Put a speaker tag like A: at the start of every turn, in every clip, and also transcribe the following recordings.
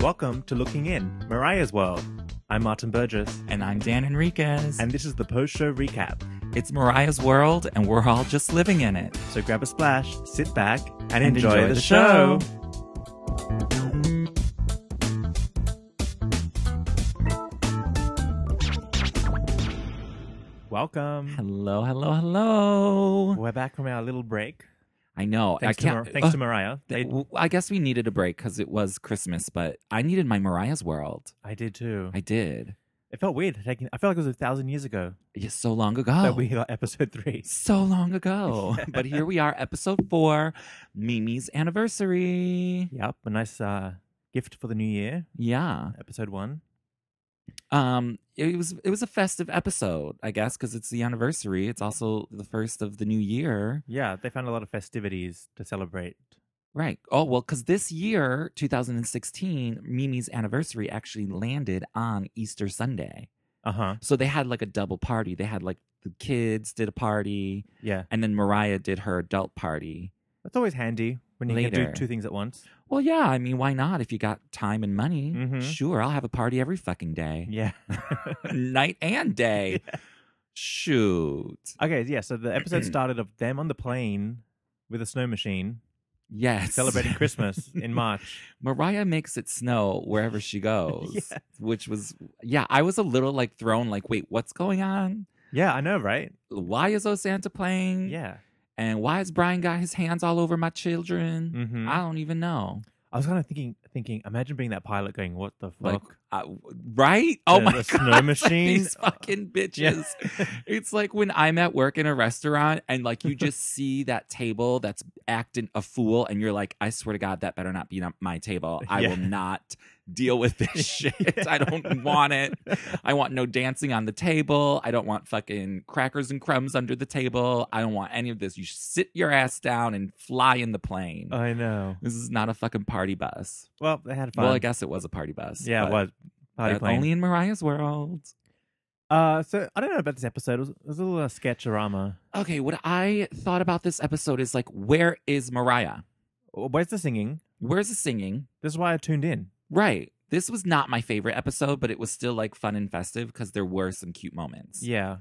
A: Welcome to Looking In, Mariah's World. I'm Martin Burgess,
B: And I'm Dan Enriquez.
A: and this is the post show recap.
B: it's Mariah's world, and we're all just living in it.
A: So grab a splash, sit back, and,
B: And
A: enjoy,
B: enjoy
A: the,
B: the
A: show.
B: show.
A: Welcome.
B: Hello, hello, hello.
A: We're back from our little break.
B: I know. I
A: Thanks, to,
B: can't.
A: Mar- thanks
B: uh,
A: to Mariah.
B: th-
A: I,
B: w- I guess we needed a break because it was Christmas, but I needed my Mariah's world.
A: I did too.
B: I did.
A: it felt weird. Taking, I felt like it was a thousand years ago
B: Just so long ago.
A: that we got episode three.
B: so long ago. but here we are, episode four, Mimi's anniversary.
A: Yep, a nice uh, gift for the new year.
B: Yeah.
A: Episode one.
B: Um. It was it was a festive episode, I guess, because it's the anniversary. It's also the first of the new year.
A: Yeah, they found a lot of festivities to celebrate.
B: Right. Oh, well, because this year, 2016, Mimi's anniversary actually landed on Easter Sunday.
A: Uh huh.
B: So they had like a double party. They had like the kids did a party,
A: Yeah,
B: and then Mariah did her adult party.
A: that's always handy when you can
B: Later.
A: do two things at once.
B: Well, yeah, I mean, why not? If you got time and money,
A: Mhm.
B: sure, I'll have a party every fucking day,
A: Yeah.
B: night and day. Shoot.
A: okay. Yeah. So the episode started of them on the plane with a snow machine
B: Yes.
A: celebrating Christmas in March.
B: Mariah makes it snow wherever she goes,
A: Yeah.
B: which was, yeah, I was a little like thrown, like, wait, what's going on?
A: Yeah, I know, right?
B: why is O Santa playing?
A: Yeah.
B: And why has Brian got his hands all over my children?
A: hmm
B: I don't even know.
A: I was kind of thinking, thinking. Imagine being that pilot going, "What the fuck?"
B: Like, I, right? Oh
A: The- uh,
B: my
A: the
B: god!
A: snow
B: like
A: machine?
B: These fucking bitches. It's like when I'm at work in a restaurant and like you just see that table that's acting a fool, and you're like, I swear to God, that better not be not my table. I
A: Yeah.
B: will not deal with this shit. I don't want it. I want no dancing on the table. I don't want fucking crackers and crumbs under the table. I don't want any of this. You sit your ass down and fly in the plane.
A: I know.
B: this is not a fucking party bus.
A: Well, they had fun.
B: Well, I guess it was a party bus.
A: Yeah, it
B: but
A: was party
B: that-
A: plane.
B: Only in Mariah's world.
A: Uh, so I don't know about this episode. It was, it was a little uh, sketchorama.
B: Okay, what I thought about this episode is like, where is Mariah?
A: Where's the singing?
B: Where's the singing?
A: This is why I tuned in.
B: Right. This was not my favorite episode, but it was still like fun and festive because there were some cute moments.
A: Yeah,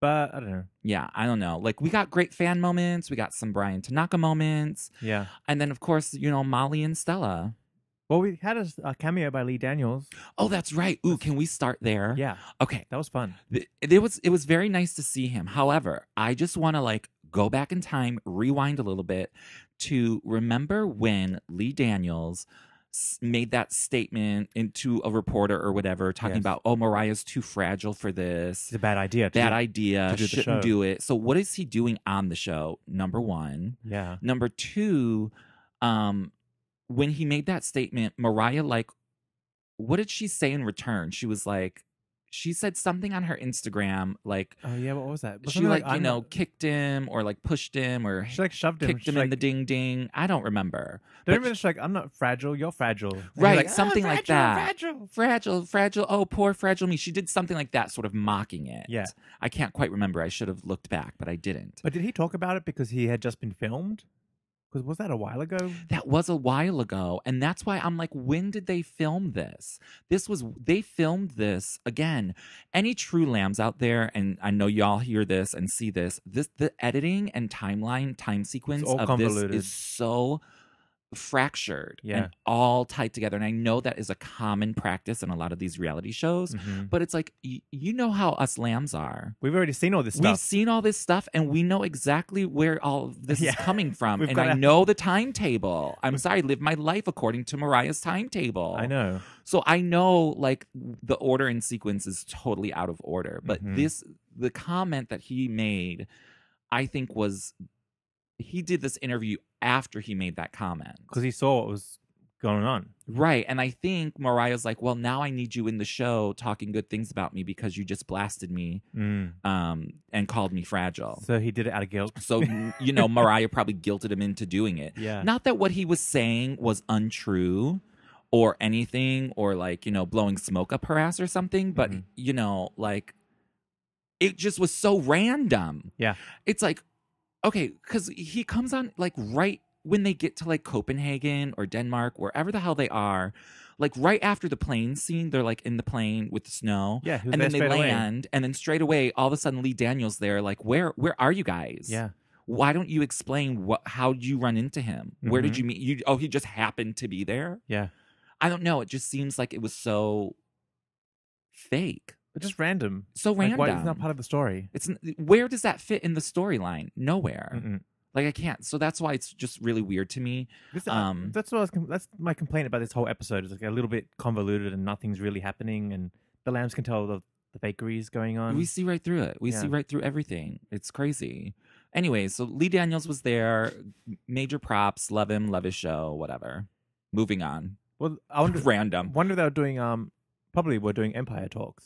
A: but I don't know.
B: Yeah, I don't know. Like we got great fan moments, we got some Brian Tanaka moments,
A: Yeah.
B: and then of course, you know, Molly and Stella.
A: Well, we had a, a cameo by Lee Daniels.
B: Oh, that's right. Ooh, can we start there?
A: Yeah,
B: Okay.
A: that was fun.
B: Th- It was it was very nice to see him. However, I just want to like go back in time, rewind a little bit to remember when Lee Daniels s- made that statement into a reporter or whatever, talking
A: Yes.
B: about oh Mariah's too fragile for this,
A: It's a bad idea. to
B: bad
A: do-
B: idea,
A: to do the
B: shouldn't
A: show.
B: do it. So what is he doing on the show? Number one,
A: Yeah.
B: number two, um, when he made that statement, Mariah like what did she say in return? She was like, she said something on her Instagram, like
A: Oh yeah. What was that? Was
B: she
A: something
B: like, you
A: I'm-
B: know kicked him or like pushed him or
A: She like shoved him.
B: kicked
A: She,
B: him
A: like,
B: in the ding ding. I don't remember.
A: Don't
B: but
A: remember. She's like, I'm not fragile. You're fragile. And he's
B: Right,
A: "Ah,
B: something like
A: fragile,
B: that.
A: Fragile.
B: Fragile, fragile. Oh, poor fragile me. She did something like that, sort of mocking it.
A: Yeah.
B: I can't quite remember. I should have looked back, but I didn't.
A: But did he talk about it because he had just been filmed? Because was that a while ago?
B: that was a while ago and that's why i'm like when did they film this this was they filmed this again any true lambs out there and i know y'all hear this and see this this the editing and timeline time sequence
A: all
B: of this
A: convoluted.
B: is so fractured
A: Yeah.
B: and all tied together. And I know that is a common practice in a lot of these reality shows,
A: Mhm.
B: but it's like, y- you know how us lambs are.
A: We've already seen all this
B: We've
A: stuff.
B: seen all this stuff and we know exactly where all of this
A: Yeah.
B: is coming from.
A: We've
B: and I
A: gotta-
B: know the timetable. I'm sorry, I live my life according to Mariah's timetable.
A: I know.
B: So I know like the order and sequence is totally out of order, but
A: Mhm.
B: this the comment that he made I think was he did this interview after he made that comment.
A: Because he saw what was going on.
B: Right, and I think Mariah's like, "Well, now I need you in the show talking good things about me because you just blasted me
A: Mm.
B: um and called me fragile."
A: So he did it out of guilt.
B: So you know, Mariah probably guilted him into doing it.
A: Yeah.
B: Not that what he was saying was untrue or anything or like, you know, blowing smoke up her ass or something, but
A: Mhm.
B: you know, like it just was so random.
A: Yeah.
B: It's like okay, cuz he comes on like right when they get to like Copenhagen or Denmark, wherever the hell they are, like right after the plane scene, they're like in the plane with the snow.
A: yeah. he was
B: And
A: there
B: then they
A: straight away.
B: land, and then straight away, all of a sudden, Lee Daniels there, like, where, where are you guys?
A: Yeah.
B: why don't you explain what how you run into him where did
A: Mhm.
B: you meet you oh he just happened to be there
A: Yeah.
B: i don't know it just seems like it was so fake
A: But just random.
B: so
A: Like,
B: random
A: why it's not part of Mm-hmm. the story?
B: It's n- where does that fit in the storyline nowhere
A: Mm-mm.
B: like i can't so that's why it's just really weird to me
A: This,
B: Um,
A: um, that's what I was, com- that's my complaint about this whole episode. It's like a little bit convoluted and nothing's really happening, and the lambs can tell the the bakery is going on.
B: we see right through it we see
A: Um, yeah.
B: right through everything it's crazy anyway so lee daniels was there major props love him love his show whatever moving on
A: well, I wonder,
B: random
A: wonder if they were doing um probably were doing Empire talks.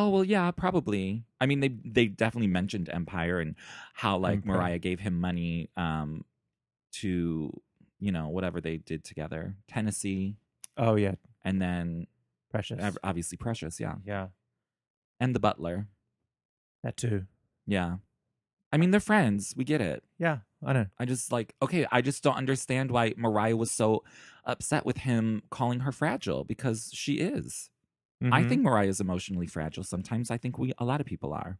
B: Oh well, yeah, probably. I mean, they they definitely mentioned Empire and how like
A: Empire.
B: Mariah gave him money um to you know whatever they did together, Tennessee,
A: Oh yeah,
B: and then
A: precious.
B: ev- obviously Precious, yeah,
A: yeah,
B: and the Butler,
A: that too.
B: yeah. I mean, they're friends. We get it.
A: Yeah, I know.
B: I just like okay. I just don't understand why Mariah was so upset with him calling her fragile because she is. I
A: Mhm.
B: think Mariah's emotionally fragile. Sometimes I think we a lot of people are.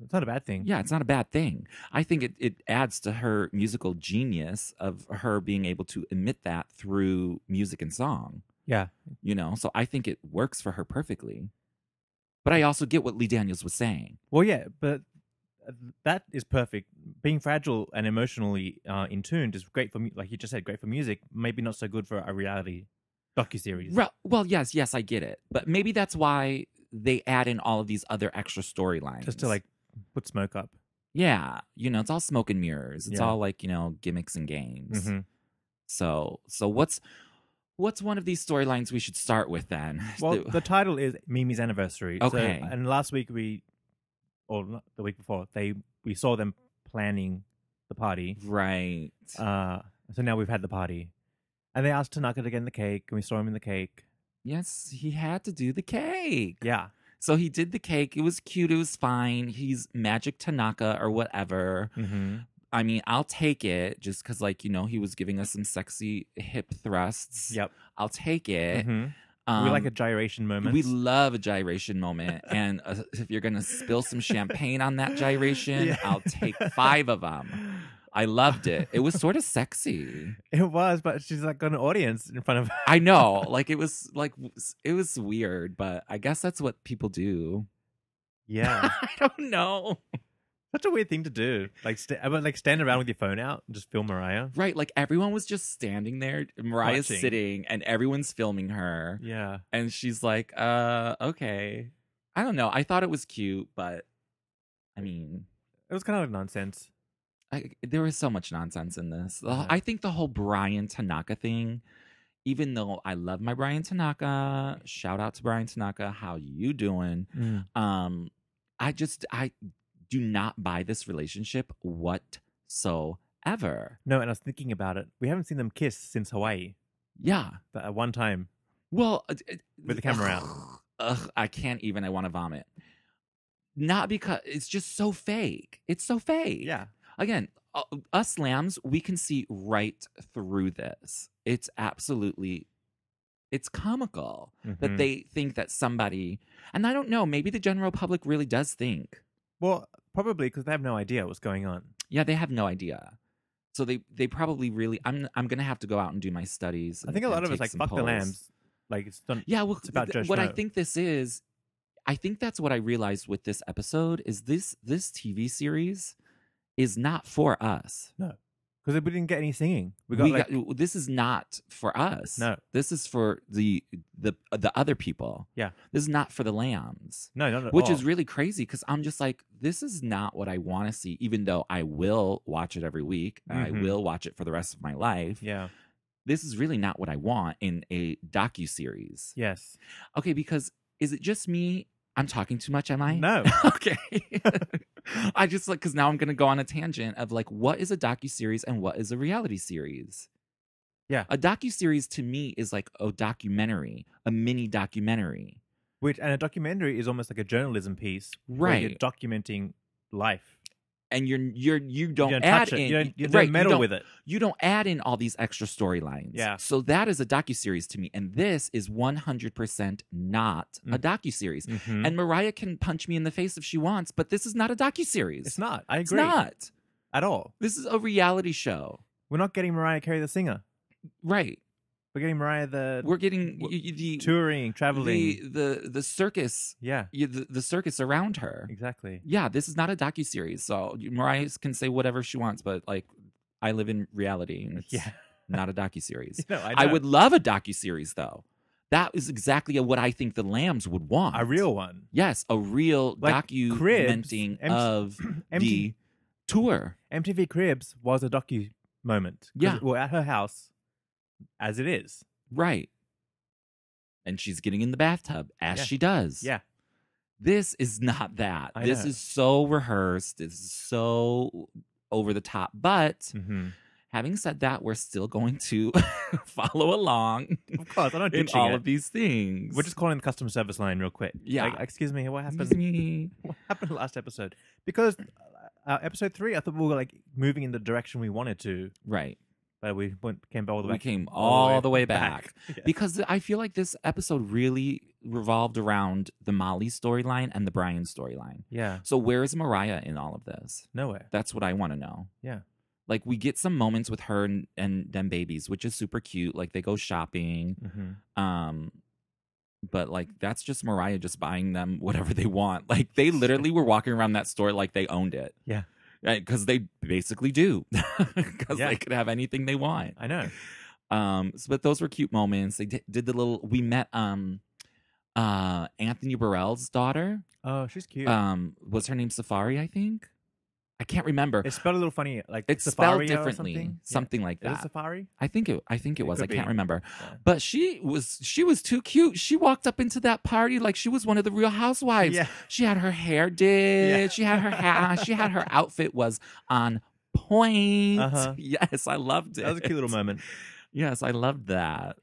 A: it's not a bad thing.
B: Yeah, it's not a bad thing. I think it, it adds to her musical genius of her being able to emit that through music and song,
A: yeah,
B: you know? So I think it works for her perfectly. But I also get what Lee Daniels was saying.
A: Well, yeah, but uh, that is perfect. Being fragile and emotionally uh, in tune is great for mu- like you just said, great for music. Maybe not so good for a reality docu series.
B: Re- well, yes, yes, I get it. But maybe that's why they add in all of these other extra storylines.
A: Just to like put smoke up.
B: yeah, you know, it's all smoke and mirrors. It's
A: Yeah.
B: all like, you know, gimmicks and games.
A: Mhm.
B: So, so what's what's one of these storylines we should start with then?
A: Well, the title is Mimi's anniversary. So-
B: Okay.
A: and last week we, or not the week before, they we saw them planning the party.
B: right.
A: Uh, so now we've had the party, and they asked Tanaka to get in the cake, and we saw him in the cake.
B: Yes, he had to do the cake.
A: Yeah,
B: So he did the cake. It was cute. It was fine. He's Magic Tanaka or whatever.
A: mm-hmm.
B: I mean, I'll take it just because, like, you know, he was giving us some sexy hip thrusts.
A: yep.
B: I'll take it.
A: Mhm.
B: Um,
A: we like a gyration moment.
B: we love a gyration moment. and uh, if you're going to spill some champagne on that gyration,
A: Yeah.
B: I'll take five of them. I loved it. It was sort of sexy.
A: It was, but she's like got an audience in front of her.
B: I know. Like, it was like, it was weird, but I guess that's what people do.
A: Yeah,
B: I don't know.
A: such a weird thing to do. Like, st- but like stand around with your phone out and just film Mariah.
B: Right, like everyone was just standing there. Mariah's
A: Watching.
B: sitting and everyone's filming her.
A: Yeah,
B: And she's like, uh, okay. I don't know. I thought it was cute, but I mean,
A: it was kind of nonsense.
B: I, there was so much nonsense in this. The-
A: Yeah.
B: I think the whole Brian Tanaka thing, even though I love my Brian Tanaka, shout out to Brian Tanaka, how you doing? Um, I just, I do not buy this relationship whatsoever.
A: No, and I was thinking about it. We haven't seen them kiss since Hawaii.
B: Yeah.
A: That uh, one time.
B: Well, uh, uh,
A: With the camera out.
B: ugh, Ugh, I can't even. I want to vomit. Not because it's just so fake. It's so fake. Again, uh, us lambs, we can see right through this. It's absolutely, it's comical that
A: Mhm.
B: they think that somebody, and I don't know, maybe the general public really does think.
A: Well, probably because they have no idea what's going on.
B: Yeah, they have no idea. So they they probably really. I'm I'm gonna have to go out and do my studies.
A: I
B: and-
A: think a lot
B: and
A: of us
B: take
A: like
B: some
A: fuck the
B: polls.
A: lambs. Like it's done.
B: Yeah, well,
A: It's about
B: th-
A: Judge
B: what I
A: Dredd.
B: think this is, I think that's what I realized with this episode is this this TV series is not for us.
A: because we didn't get any singing. We got like
B: this is not for us.
A: No.
B: this is for the the the other people.
A: Yeah.
B: this is not for the lambs.
A: no, not at
B: Which is
A: all.
B: really crazy because I'm just like, this is not what I want to see, even though I will watch it every week. and
A: Mhm.
B: I will watch it for the rest of my life.
A: yeah,
B: This is really not what I want in a docu series.
A: yes,
B: Okay, because is it just me? I'm talking too much, am I?
A: no,
B: okay. I just like because now I'm gonna go on a tangent of like what is a docu series and what is a reality series.
A: Yeah.
B: a docu series to me is like a documentary, a mini documentary.
A: which and a documentary is almost like a journalism piece, where
B: Right,
A: You're documenting life.
B: and you're you're you don't,
A: you don't
B: add
A: touch
B: in
A: it. You don't, you don't
B: right,
A: meddle
B: you don't,
A: with it.
B: you don't add in all these extra storylines.
A: Yeah.
B: so that is a docu series to me, and this is 100 percent not a
A: Mm.
B: docu series.
A: Mhm.
B: And Mariah can punch me in the face if she wants, but this is not a docu series.
A: it's not. I agree.
B: It's not.
A: at all.
B: This is a reality show.
A: We're not getting Mariah Carey the singer.
B: Right.
A: We're getting Mariah the
B: We're getting
A: w-
B: y- y- the
A: touring, traveling.
B: the, the the circus
A: yeah,
B: y- the, the circus around her.
A: exactly.
B: Yeah, this is not a docu series. So Mariah can say whatever she wants, but like I live in reality and it's
A: Yeah,
B: not a docu series.
A: no, I,
B: I
A: know.
B: would love a docu series though. That is exactly what I think the Lambs would want.
A: a real one.
B: Yes, a real
A: Like Cribs,
B: documenting
A: M-
B: of the
A: MTV,
B: tour.
A: MTV Cribs was a docu moment. 'Cause
B: Yeah.
A: it- well, at her house, as it is.
B: Right. And she's getting in the bathtub as
A: Yeah.
B: she does.
A: Yeah,
B: This is not that.
A: I
B: this
A: know.
B: is so rehearsed. This is so over the top. But
A: mm-hmm.
B: having said that, we're still going to follow along
A: of course. I'm not
B: in
A: ditching
B: all
A: it.
B: of these things.
A: We're just calling the customer service line real quick.
B: Yeah.
A: Like, excuse me, what
B: Excuse
A: happened?
B: me.
A: What happened last episode? Because uh, uh, episode three, I thought we were like moving in the direction we wanted to,
B: Right.
A: but we went came all the way.
B: we came all, the way back.
A: Yeah.
B: Because I feel like this episode really revolved around the Molly storyline and the Brian storyline.
A: yeah.
B: So where is Mariah in all of this?
A: Nowhere.
B: That's what I want to know.
A: Yeah.
B: Like we get some moments with her and, and them babies, which is super cute. Like they go shopping.
A: Mm-hmm.
B: Um but like that's just Mariah just buying them whatever they want. Like they literally were walking around that store like they owned it.
A: Yeah.
B: Because they basically do. Because
A: Yeah.
B: they could have anything they want.
A: I know.
B: Um, so, but those were cute moments. They di- did the little. We met um, uh, Anthony Burrell's daughter.
A: Oh, she's cute.
B: Um, was her name Safari? I think. I can't remember.
A: it's spelled a little funny, like
B: It's
A: safari
B: spelled
A: or
B: differently,
A: something.
B: something,
A: Yeah.
B: like
A: Is it
B: that.
A: safari?
B: I think it. I think it
A: It
B: was. I
A: could
B: can't
A: be.
B: remember.
A: Yeah.
B: But she was. She was too cute. She walked up into that party like she was one of the Real Housewives.
A: Yeah.
B: She had her hair did. She had her hat. on. she had her outfit was on point.
A: Uh-huh.
B: Yes, I loved it.
A: That was a cute little moment.
B: Yes, I loved that.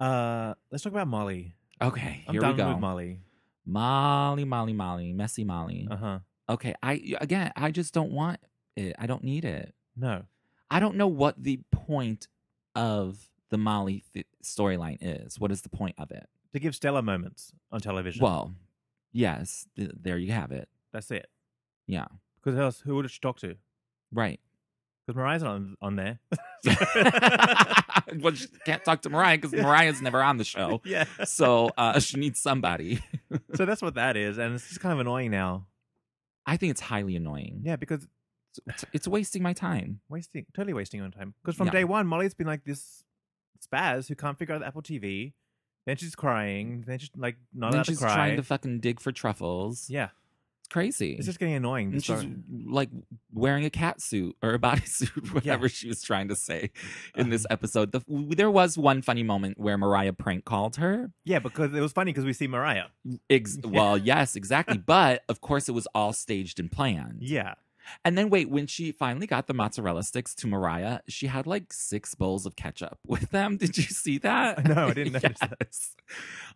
A: Uh, let's talk about Molly.
B: Okay,
A: I'm
B: here
A: done
B: we go.
A: with Molly.
B: Molly, Molly, Molly, messy Molly.
A: Uh huh.
B: Okay, I again, I just don't want it. I don't need it.
A: No.
B: I don't know what the point of the Molly th- storyline is. What is the point of it?
A: To give Stella moments on television.
B: Well, yes, th- there you have it.
A: that's it.
B: Yeah.
A: Because else, who would she talk to?
B: Right.
A: Because Mariah's not on, on there.
B: well, she can't talk to Mariah because Mariah's never on the show.
A: yeah.
B: So uh, she needs somebody.
A: So that's what that is, and it's just kind of annoying now.
B: I think it's highly annoying.
A: Yeah, because
B: It's, it's wasting my time.
A: wasting, totally wasting on time. Because from
B: Yeah.
A: day one, Molly's been like this spaz who can't figure out Apple TV. Then she's crying. Then she's like not
B: and
A: allowed
B: she's
A: to cry.
B: trying to fucking dig for truffles.
A: yeah,
B: It's crazy.
A: it's just getting annoying.
B: and
A: This
B: she's
A: story.
B: like wearing a cat suit or a bodysuit, whatever she was trying to say in this episode. The, there was one funny moment where Mariah prank called her.
A: yeah, because it was funny because we see Mariah.
B: Ex-
A: Yeah.
B: Well, yes, exactly. But of course, it was all staged and planned.
A: Yeah,
B: And then, wait, when she finally got the mozzarella sticks to Mariah, she had like six bowls of ketchup with them. Did you see that?
A: No, I didn't notice that.
B: Yes.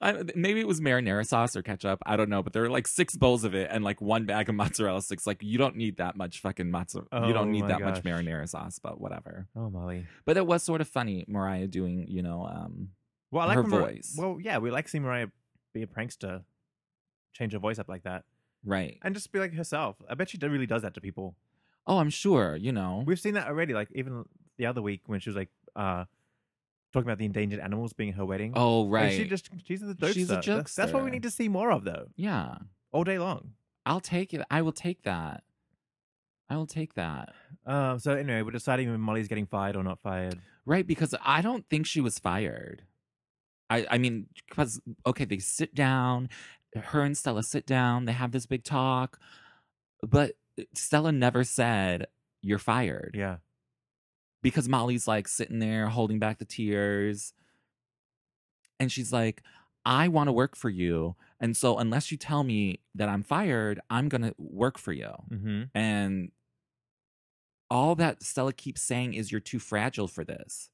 B: I, maybe it was marinara sauce or ketchup. I don't know, but there were like six bowls of it and like one bag of mozzarella sticks. Like, you don't need that much fucking mozzarella. you
A: Oh,
B: don't need
A: my
B: that much
A: gosh.
B: marinara sauce, but whatever.
A: oh Molly.
B: But it was sort of funny, Mariah doing, you know, um,
A: Well, I like
B: Her
A: when Mar-
B: voice.
A: Well, yeah, we like seeing Mariah be a prankster, change her voice up like that,
B: right.
A: and just be like herself. I bet she do- really does that to people.
B: Oh, I'm sure, you know.
A: We've seen that already. Like even the other week when she was like uh talking about the endangered animals being at her wedding.
B: Oh,
A: Like,
B: right.
A: she just she's the jokester.
B: She's a
A: That's, that's what we
B: jokester.
A: need to see more of though,
B: yeah.
A: all day long.
B: I'll take it. I will take that. I will take that.
A: Um. So anyway, we're deciding if Molly's getting fired or not fired.
B: Right, because I don't think she was fired. I, I mean, because okay, they sit down, her and Stella sit down, they have this big talk, but uh, Stella never said you're fired
A: Yeah.
B: because Molly's like sitting there holding back the tears, and she's like, "I want to work for you, and so unless you tell me that I'm fired, I'm gonna work for you."
A: Mm-hmm.
B: And all that Stella keeps saying is you're too fragile for this.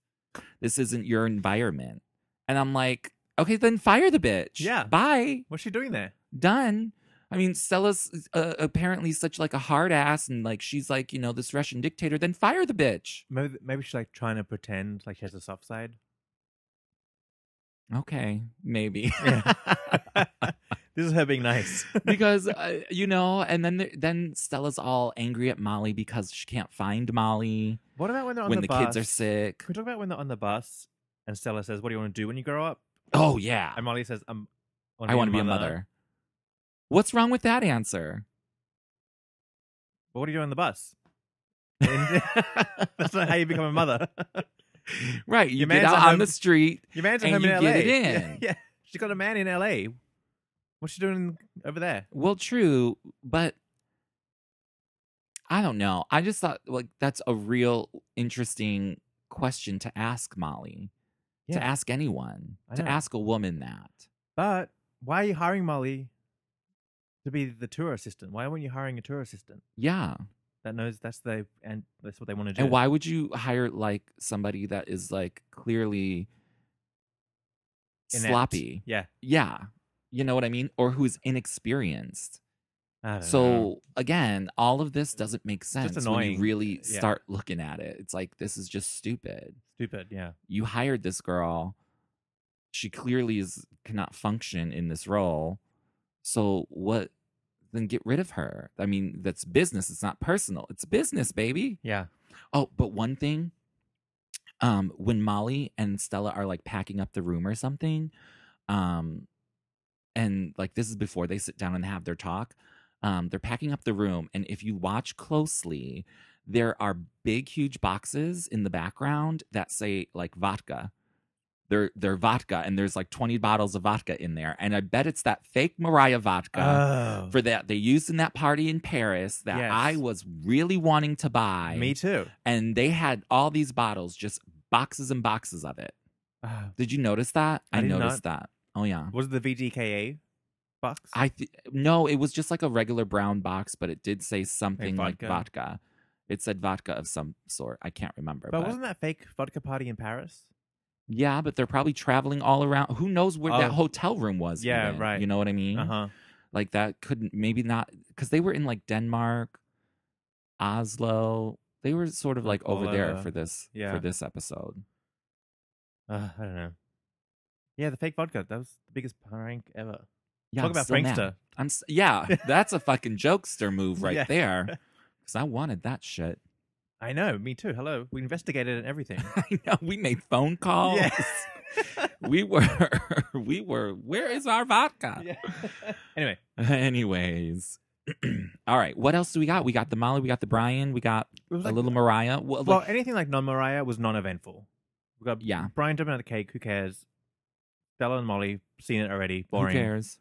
B: This isn't your environment. And I'm like, okay, then fire the bitch.
A: Yeah.
B: Bye.
A: What's she doing there?
B: Done. I mean, Stella's uh, apparently such like a hard ass and like she's like, you know, this Russian dictator, then fire the bitch.
A: Maybe maybe she's like trying to pretend like she has a soft side.
B: Okay, maybe.
A: Yeah. this is her being nice.
B: because uh, you know, and then there, then Stella's all angry at Molly because she can't find Molly
A: What about when they're on
B: when
A: the,
B: the,
A: bus?
B: kids are sick.
A: Can we talk about when they're on the bus and Stella says, "What do you want to do when you grow up?"
B: Oh yeah.
A: And Molly says, "I'm.
B: I want to be a mother. What's wrong with that answer?
A: But what do you do on the bus? And- That's not how you become a mother.
B: Right, you
A: Your
B: get
A: man's
B: out
A: at
B: on
A: home-
B: the street.
A: Your man's at
B: And
A: home
B: you
A: in
B: get
A: LA.
B: it
A: Yeah,
B: in.
A: yeah. She's got a man in LA. What's she doing over there?
B: Well, true, but I don't know. I just thought like that's a real interesting question to ask Molly,
A: Yeah.
B: to ask anyone,
A: I
B: to
A: know.
B: ask a woman that.
A: But why are you hiring Molly to be the tour assistant? Why weren't you hiring a tour assistant
B: Yeah,
A: that knows that's the and that's what they want to do?
B: and why would you hire like somebody that is like clearly
A: Inept.
B: sloppy?
A: Yeah.
B: Yeah, you know what I mean, or who's inexperienced.
A: I don't know.
B: So again, all of this doesn't make sense when you
A: annoying.
B: really
A: Yeah.
B: start looking at it. It's like this is just stupid.
A: stupid. Yeah.
B: You hired this girl. She clearly is cannot function in this role. So what then get rid of her. I mean, that's business. It's not personal. It's business, baby.
A: Yeah.
B: Oh, but one thing, um, when Molly and Stella are like packing up the room or something, um, and like this is before they sit down and have their talk, um, they're packing up the room, and if you watch closely, there are big, huge boxes in the background that say like vodka. They're, they're vodka, and there's like 20 bottles of vodka in there. And I bet it's that fake Mariah vodka
A: Oh.
B: for that they used in that party in Paris that
A: Yes.
B: I was really wanting to buy
A: Me too.
B: and they had all these bottles, just boxes and boxes of it.
A: Ah.
B: Did you notice that?
A: I
B: I,
A: did
B: noticed that. Oh yeah.
A: was it the VDKA box?
B: I th- no, it was just like a regular brown box, but it did say something like
A: vodka?
B: vodka. It said vodka of some sort. I can't remember.
A: but,
B: But,
A: wasn't that fake vodka party in Paris?
B: yeah, but they're probably traveling all around. Who knows where that
A: Oh.
B: hotel room was?
A: Yeah,
B: even,
A: right.
B: You know what I mean?
A: Uh huh.
B: Like that couldn't maybe not because they were in like Denmark, Oslo. They were sort of like
A: All
B: over there
A: over.
B: for this
A: Yeah.
B: for this episode.
A: Uh, I don't know. Yeah, the fake vodka. That was the biggest prank ever.
B: Yeah,
A: Talk
B: I'm
A: about
B: still mad.
A: prankster.
B: I'm s- yeah, that's a fucking jokester move right
A: Yeah.
B: there. Because I wanted that shit.
A: I know. Me too. Hello. We investigated and everything.
B: I know we made phone calls.
A: Yes.
B: we were, we were. Where is our vodka?
A: Yeah. anyway,
B: Anyways, all right. What else do we got? We got the Molly. We got the Brian. We got
A: it was
B: a
A: like-
B: little Mariah. Well,
A: well,
B: like-
A: anything like non Mariah was non eventful. We got
B: yeah.
A: Brian jumping out of the cake. Who cares? Bella and Molly seen it already. Boring.
B: Who cares?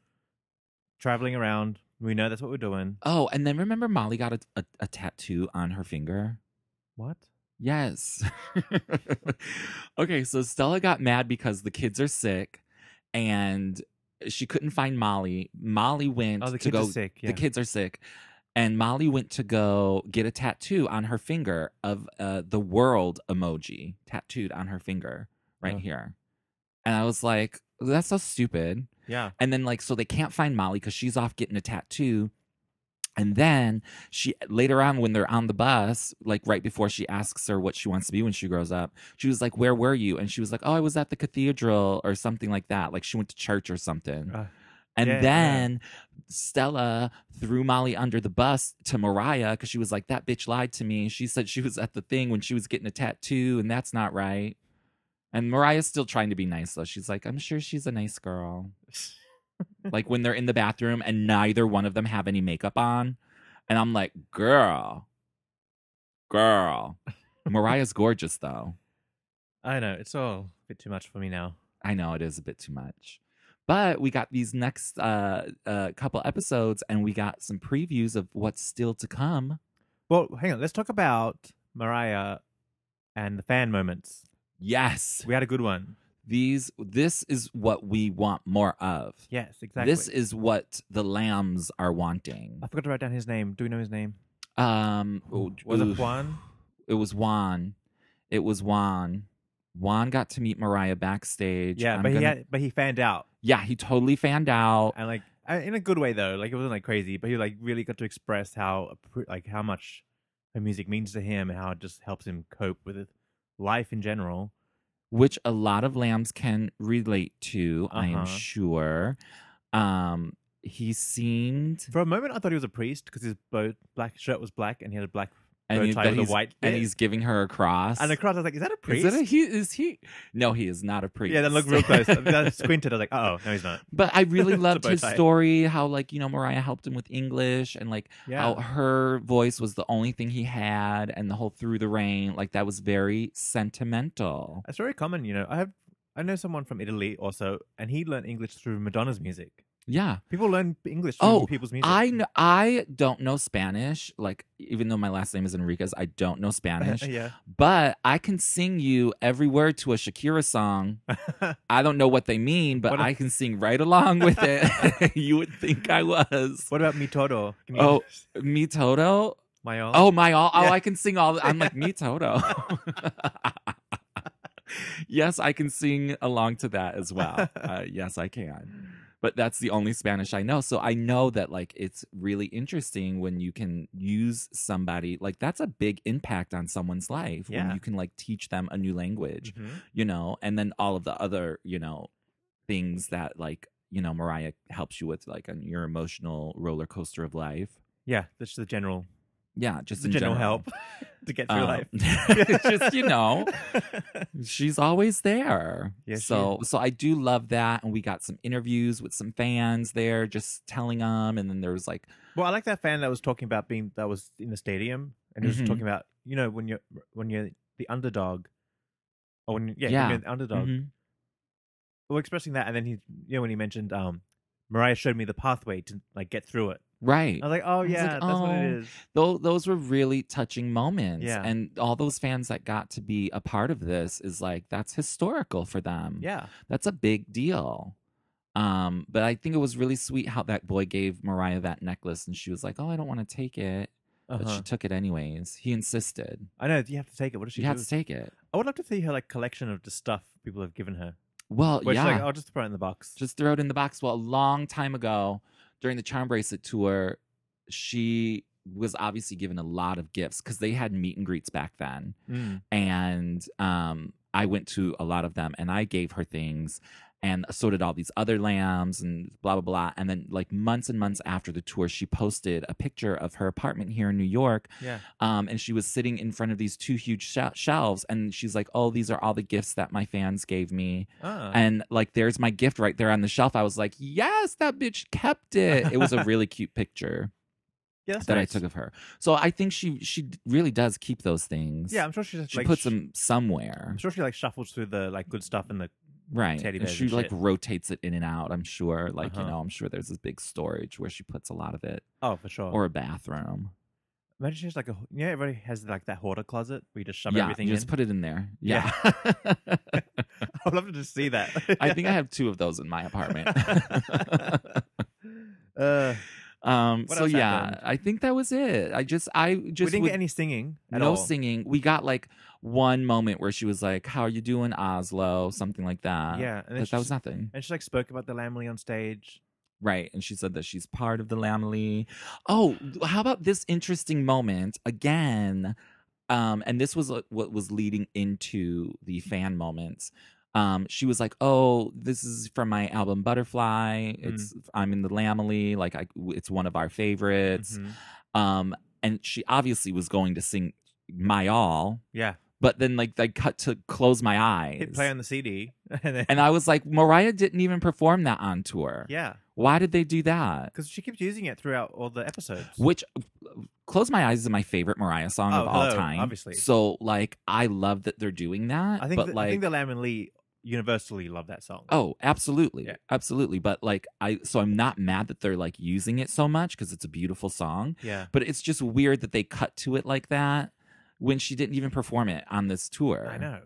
A: Traveling around. We know that's what we're doing.
B: Oh, and then remember Molly got a, a, a tattoo on her finger.
A: What?
B: Yes. okay, so Stella got mad because the kids are sick and she couldn't find Molly. Molly went
A: Oh, the kids
B: to go
A: are sick. Yeah.
B: the kids are sick. And Molly went to go get a tattoo on her finger of uh, the world emoji tattooed on her finger right
A: Oh.
B: here. And I was like, that's so stupid.
A: yeah.
B: And then like so they can't find Molly cuz she's off getting a tattoo. And then she later on when they're on the bus, like right before she asks her what she wants to be when she grows up, she was like, "Where were you?" and she was like, "Oh, I was at the cathedral or something like that." Like she went to church or something.
A: Ah.
B: And
A: Yeah, yeah.
B: then Stella threw Molly under the bus to Mariah because she was like, that bitch lied to me. She said she was at the thing when she was getting a tattoo, and that's not right. And Mariah's still trying to be nice, though. She's like, I'm sure she's a nice girl. like when they're in the bathroom and neither one of them have any makeup on. And I'm like, girl, girl. Mariah's gorgeous, though.
A: I know it's all a bit too much for me now.
B: I know it is a bit too much. But we got these next uh, uh, couple episodes and we got some previews of what's still to come.
A: Well, hang on. Let's talk about Mariah and the fan moments.
B: Yes.
A: We had a good one.
B: These this is what we want more of.
A: Yes, exactly.
B: This is what the lambs are wanting.
A: I forgot to write down his name. Do we know his name?
B: Um
A: Was it
B: oof.
A: Juan?
B: It was Juan. It was Juan. Juan got to meet Mariah backstage.
A: Yeah,
B: I'm
A: but he
B: gonna-
A: had, but he fanned out
B: Yeah, he totally fanned out.
A: and like uh, in a good way though. Like it wasn't like crazy, but he like really got to express how appre- like how much her music means to him and how it just helps him cope with it- life in general.
B: which a lot of lambs can relate to, I
A: Uh-huh.
B: am sure. Um, he seemed
A: For a moment, I thought he was a priest because his bow, black shirt was black and he had a black
B: and,
A: bow
B: he-
A: tie
B: that
A: with
B: he's,
A: a white
B: and
A: bit.
B: he's giving her a cross.
A: and the cross. I was like, is that a priest?
B: Is it a, he is he? No, he is not a priest.
A: Yeah, then look real close. I, mean, I squinted. I was like, oh, no, he's not.
B: But I really
A: It's a
B: loved
A: bow
B: his
A: tie.
B: story, how like, you know, Mariah helped him with English and like
A: Yeah,
B: how Oh, her voice was the only thing he had and the whole through the rain, like that was very sentimental.
A: it's very common. You know, I have I know someone from Italy also, and he learned English through Madonna's music.
B: Yeah.
A: People learn English through
B: Oh,
A: people's music.
B: I know, I don't know Spanish. Like, even though my last name is Enriquez, I don't know Spanish.
A: yeah.
B: but I can sing you every word to a Shakira song. I don't know what they mean, but
A: What a-
B: I can sing right along with it. you would think I was.
A: what about Mi Todo? Can you
B: Oh. Me Toto?
A: my all.
B: Oh my all. Oh,
A: Yeah.
B: I can sing all. I'm like me Toto. yes, I can sing along to that as well. Uh, yes, I can. But that's the only Spanish I know. So I know that like it's really interesting when you can use somebody like that's a big impact on someone's life
A: Yeah.
B: when you can like teach them a new language
A: Mhm.
B: you know, and then all of the other, you know, things that like, you know, Mariah helps you with, like on your emotional roller coaster of life.
A: Yeah, that's the general,
B: Yeah, just
A: the
B: in
A: general,
B: general,
A: help to get through
B: Um,
A: life.
B: it's just you know, she's always there.
A: Yes, she
B: so so I do love that, and we got some interviews with some fans there, just telling them, and then there was like,
A: Well, I like that fan that was talking about being that was in the stadium and he was
B: Mhm.
A: talking about you know when you're when you're the underdog, or when yeah,
B: Yeah.
A: When you're the underdog.
B: mhm.
A: Well, expressing that, and then he you know when he mentioned um, Mariah showed me the pathway to like get through it.
B: right,
A: I was like, oh
B: was like,
A: yeah, that's what it
B: oh.
A: is.
B: those those were really touching moments,
A: Yeah.
B: and all those fans that got to be a part of this is like that's historical for them.
A: Yeah,
B: that's a big deal. Um, but I think it was really sweet how that boy gave Mariah that necklace, and she was like, "Oh, I don't want to take it," but
A: Uh-huh.
B: she took it anyways. He insisted.
A: I know you have to take it. What does she
B: She had
A: do?
B: to take it.
A: I would love to see her like collection of the stuff people have given her.
B: Well,
A: Where
B: yeah,
A: she's like, uh I'll just throw it in the box.
B: just throw it in the box. Well, a long time ago, during the Charm Bracelet tour, she was obviously given a lot of gifts because they had meet and greets back then.
A: Mm.
B: and um, I went to a lot of them, and I gave her things, and so did all these other lambs, and blah blah blah. And then, like months and months after the tour, she posted a picture of her apartment here in New York,
A: Yeah.
B: um, and she was sitting in front of these two huge sh- shelves, and she's like, "Oh, these are all the gifts that my fans gave me."
A: Ah.
B: And like, there's my gift right there on the shelf. I was like, "Yes, that bitch kept it." It was a really cute picture
A: yeah, that's
B: that I
A: nice.
B: took of her. So I think she she d- really does keep those things.
A: Yeah, I'm sure she's
B: She
A: like,
B: puts
A: sh-
B: them somewhere.
A: I'm sure she like shuffles through the like good stuff in the.
B: right
A: teddy
B: and
A: bears
B: she
A: and
B: like
A: shit.
B: rotates it in and out i'm sure like you
A: Uh-huh.
B: know i'm sure there's this big storage where she puts a lot of it
A: Oh, for sure.
B: or a bathroom
A: Imagine she's like a yeah. Everybody has like that hoarder closet where you just shove
B: yeah
A: everything
B: you just
A: in.
B: put it in there yeah,
A: I'd love to just see that.
B: i think i have two of those in my apartment
A: uh,
B: um
A: What
B: so
A: else
B: yeah
A: happened?
B: i think that was it i just i
A: we
B: just
A: didn't
B: would-
A: get any singing at
B: no
A: all.
B: singing we got like one moment where she was like how are you doing oslo something like that
A: yeah, and then
B: but
A: she
B: that was
A: not.
B: nothing
A: And she like spoke about the Lamley on stage.
B: Right. And she said that she's part of the Lamely. Oh, how about this interesting moment again? Um, and this was uh, what was leading into the fan moments. um, she was like, "Oh, this is from my album Butterfly.
A: Mm-hmm.
B: It's I'm in the Lamely. Like, I, it's one of our favorites."
A: Mhm.
B: Um, and she obviously was going to sing "My All,"
A: Yeah.
B: but then like they cut to "Close My Eyes,"
A: Hit play on the CD. And then,
B: and I was like, "Mariah didn't even perform that on tour.
A: yeah.
B: Why did they do that?"
A: Because she keeps using it throughout all the episodes.
B: Which "Close My Eyes" is my favorite Mariah song
A: Oh,
B: of all
A: hello,
B: time.
A: obviously.
B: so like I love that they're doing that.
A: I think,
B: but
A: the,
B: like.
A: I think the Lamb and Lee universally love that song.
B: Oh, absolutely.
A: Yeah.
B: Absolutely. But like I so I'm not mad that they're like using it so much cuz it's a beautiful song,
A: Yeah.
B: but it's just weird that they cut to it like that when she didn't even perform it on this tour.
A: I know.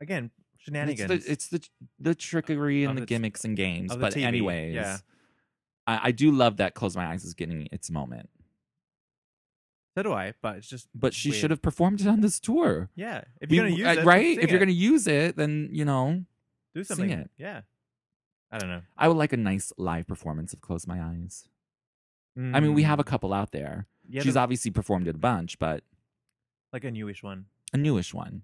A: Again,
B: And It's
A: shenanigans.
B: the, it's the the trickery
A: Of
B: and the,
A: the t-
B: gimmicks and games,
A: of the
B: but
A: TV,
B: anyways.
A: yeah.
B: I, I do love that Close My Eyes is getting its moment.
A: so do I, but it's just.
B: But she
A: weird.
B: should have performed it on this tour.
A: Yeah. If
B: We-
A: you're going to use
B: uh,
A: it.
B: right?
A: sing
B: If you're
A: it.
B: going to use it, then, you know,
A: do
B: sing
A: something.
B: it.
A: Yeah. I don't know.
B: I would like a nice live performance of Close My Eyes. I mean, we have a
A: Mm.
B: couple out there.
A: Yeah,
B: She's
A: the-
B: obviously performed it a bunch, but
A: like a newish one. E,
B: a newish one.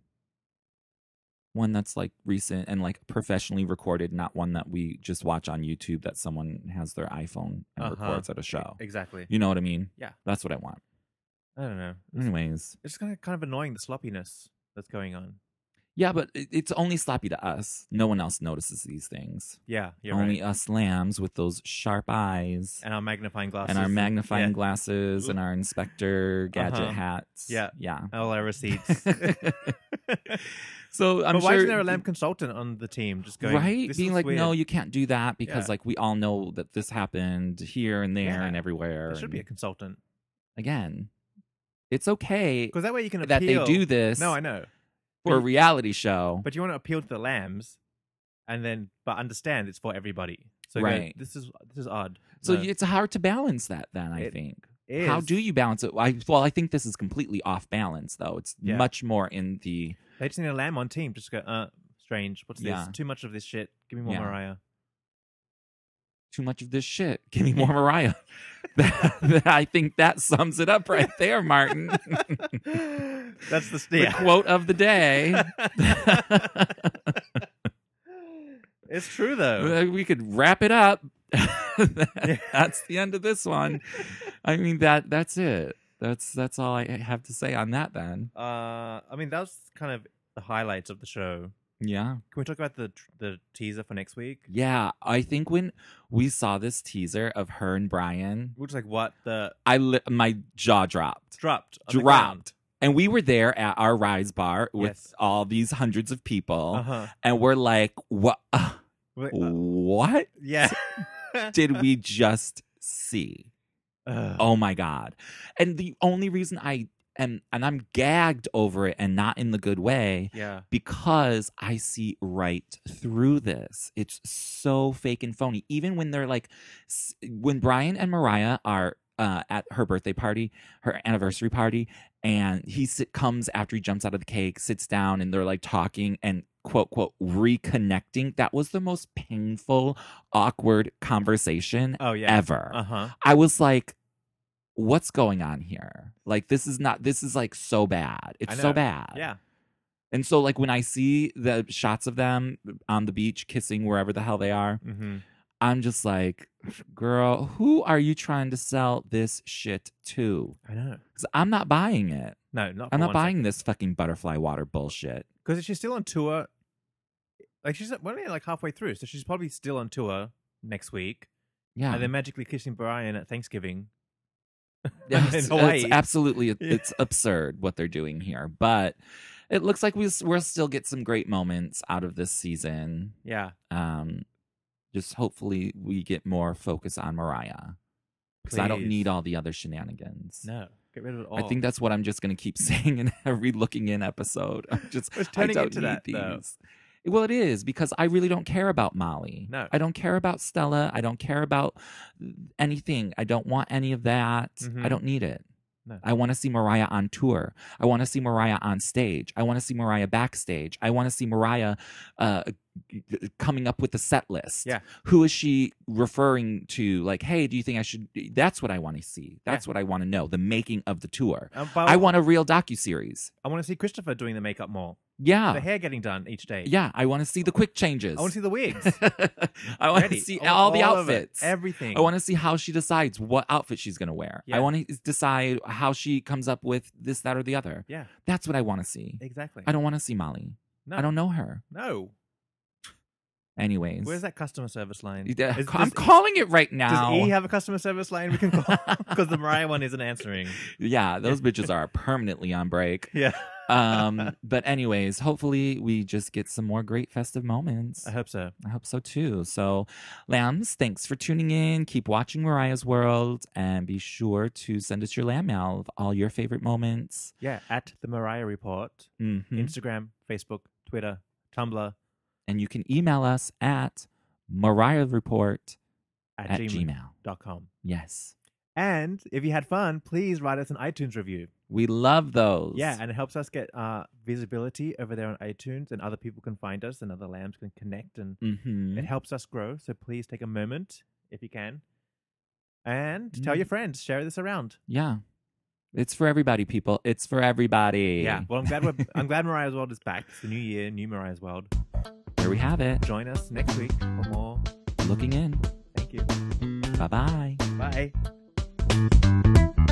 B: One that's like recent and like professionally recorded, not one that we just watch on YouTube that someone has their iPhone and
A: Uh-huh.
B: records at a show.
A: Exactly.
B: You know what I mean?
A: Yeah.
B: That's what I want.
A: I don't know.
B: Anyways.
A: It's kind of kind of annoying the sloppiness that's going on.
B: Yeah, but it- it's only sloppy to us. No one else notices these things.
A: Yeah, you're
B: only
A: right.
B: us lambs with those sharp eyes
A: And our magnifying glasses
B: and our magnifying glasses
A: L-
B: and our inspector gadget
A: Uh-huh.
B: hats.
A: Yeah.
B: Yeah.
A: all our receipts.
B: So I'm
A: but
B: sure
A: why isn't there a lamp consultant on the team just going
B: right
A: "This
B: being
A: looks
B: like no
A: weird."
B: you can't do that because
A: Yeah.
B: like we all know that this happened here and there
A: Yeah.
B: and everywhere
A: There should be a
B: and-
A: consultant
B: again it's okay
A: because that way you can
B: that they
A: appeal.
B: do this
A: No, I know,
B: for a
A: but-
B: reality show
A: but you want to appeal to the lambs, and then but understand it's for everybody. So go,
B: Right.
A: this is this is odd.
B: so
A: No,
B: it's hard to balance that then i
A: It
B: think
A: it
B: how
A: is.
B: do you balance it I, well i think this is completely off balance though it's
A: Yeah.
B: much more in the
A: they just need a lamb on team? Just go uh strange. What's
B: Yeah.
A: this? Too much of this shit. Give me more
B: Yeah.
A: Mariah.
B: too much of this shit give me more mariah i think that sums it up right there martin
A: That's the
B: the
A: yeah.
B: quote of the day
A: it's true though.
B: Uh, we could wrap it up. that's the end of this one. I mean that that's it. That's that's all I have to say on that then.
A: Uh, I mean, that was kind of the highlights of the show.
B: Yeah.
A: Can we talk about the tr- the teaser for next week?
B: Yeah, I think when we saw this teaser of her and Brian,
A: Which like what the
B: I li- my jaw dropped.
A: dropped on the ground.
B: Dropped. And we were there at our Rise bar with
A: Yes.
B: all these hundreds of people
A: Uh-huh.
B: and we're like, "What
A: We're like, uh,
B: what
A: yeah.
B: did we just see?"
A: Ugh.
B: Oh my god. And the only reason I am and I'm gagged over it and not in the good way
A: yeah.
B: because I see right through this. It's so fake and phony. Even when they're like s- when Brian and Mariah are uh, at her birthday party, her anniversary party, and he sit, comes after he jumps out of the cake, sits down, and they're like talking and quote, quote, reconnecting. That was the most painful, awkward conversation
A: Oh yeah.
B: ever.
A: Uh huh.
B: I was like, what's going on here? Like, this is not, this is like so bad. It's so
A: know.
B: bad.
A: Yeah.
B: And so, like, when I see the shots of them on the beach kissing wherever the hell they are,
A: Mm-hmm.
B: I'm just like, girl, who are you trying to sell this shit to?
A: I know.
B: Because I'm not buying it.
A: No, not.
B: I'm not buying this fucking butterfly water bullshit.
A: because she's still on tour. Like she's we're only like halfway through, so she's probably still on tour next week,
B: Yeah.
A: and then magically kissing Brian at Thanksgiving.
B: Yes,
A: in
B: it's
A: Hawaii.
B: absolutely it-
A: Yeah.
B: it's absurd what they're doing here, but it looks like we s- we'll still get some great moments out of this season.
A: Yeah.
B: Um, just hopefully we get more focus on Mariah because I don't
A: Please.
B: need all the other shenanigans.
A: No. Get rid of it all.
B: I think that's what I'm just going to keep saying in every looking in episode. I'm just
A: It's
B: I
A: turning
B: don't
A: into
B: need
A: that,
B: these.
A: though.
B: Well, it is because I really don't care about Molly.
A: No.
B: I don't care about Stella. I don't care about anything. I don't want any of that. I
A: Mhm.
B: don't need it.
A: No.
B: I want to see Mariah on tour. I want to see Mariah on stage. I want to see Mariah backstage. I want to see Mariah uh, g- g- coming up with the set list.
A: Yeah.
B: Who is she referring to? Like, hey, do you think I should? That's what I want to see. That's what I want to know. The making of the tour.
A: Um, but
B: I want a real docu series.
A: I want to see Christopher doing the makeup more.
B: Yeah.
A: the hair getting done each day.
B: Yeah. I want to see the quick changes.
A: I want to see the wigs.
B: I want to
A: Ready.
B: see all, the
A: of it.
B: outfits.
A: Everything.
B: I want to see how she decides what outfit she's going to wear.
A: Yeah.
B: I want to decide how she comes up with this, that, or the other.
A: Yeah,
B: That's what I want to see.
A: exactly.
B: I don't want to see Molly.
A: No,
B: I don't know her.
A: No.
B: Anyways,
A: Where's that customer service line?
B: Yeah,
A: Is-
B: ca- I'm
A: does-
B: calling it right
A: Does
B: now.
A: E have a customer service line we can call? Because the Mariah one isn't answering.
B: yeah, those bitches are permanently on break.
A: Yeah.
B: Um, but anyways, hopefully we just get some more great festive moments.
A: I hope so.
B: I hope so too. So, lambs, thanks for tuning in. Keep watching Mariah's World and be sure to send us your lamb mail of all your favorite moments.
A: Yeah. At the Mariah Report, Mm-hmm.
B: Mhm.
A: Instagram, Facebook, Twitter, Tumblr,
B: And you can email us at Mariah Report
A: at,
B: at
A: gmail.
B: gmail.
A: dot com.
B: Yes.
A: And if you had fun, please write us an iTunes review.
B: We love those.
A: Yeah, and it helps us get uh, visibility over there on iTunes, and other people can find us, and other lambs can connect, and
B: hmm
A: it helps us grow. So please take a moment if you can, and tell
B: Hmm.
A: your friends, share this around.
B: Yeah. It's for everybody, people. It's for everybody.
A: Yeah. Well, I'm glad we're, I'm glad Mariah's World is back. It's the new year, new Mariah's World.
B: There we have it.
A: Join us next week for more.
B: Looking in.
A: Thank you.
B: Bye bye.
A: Bye.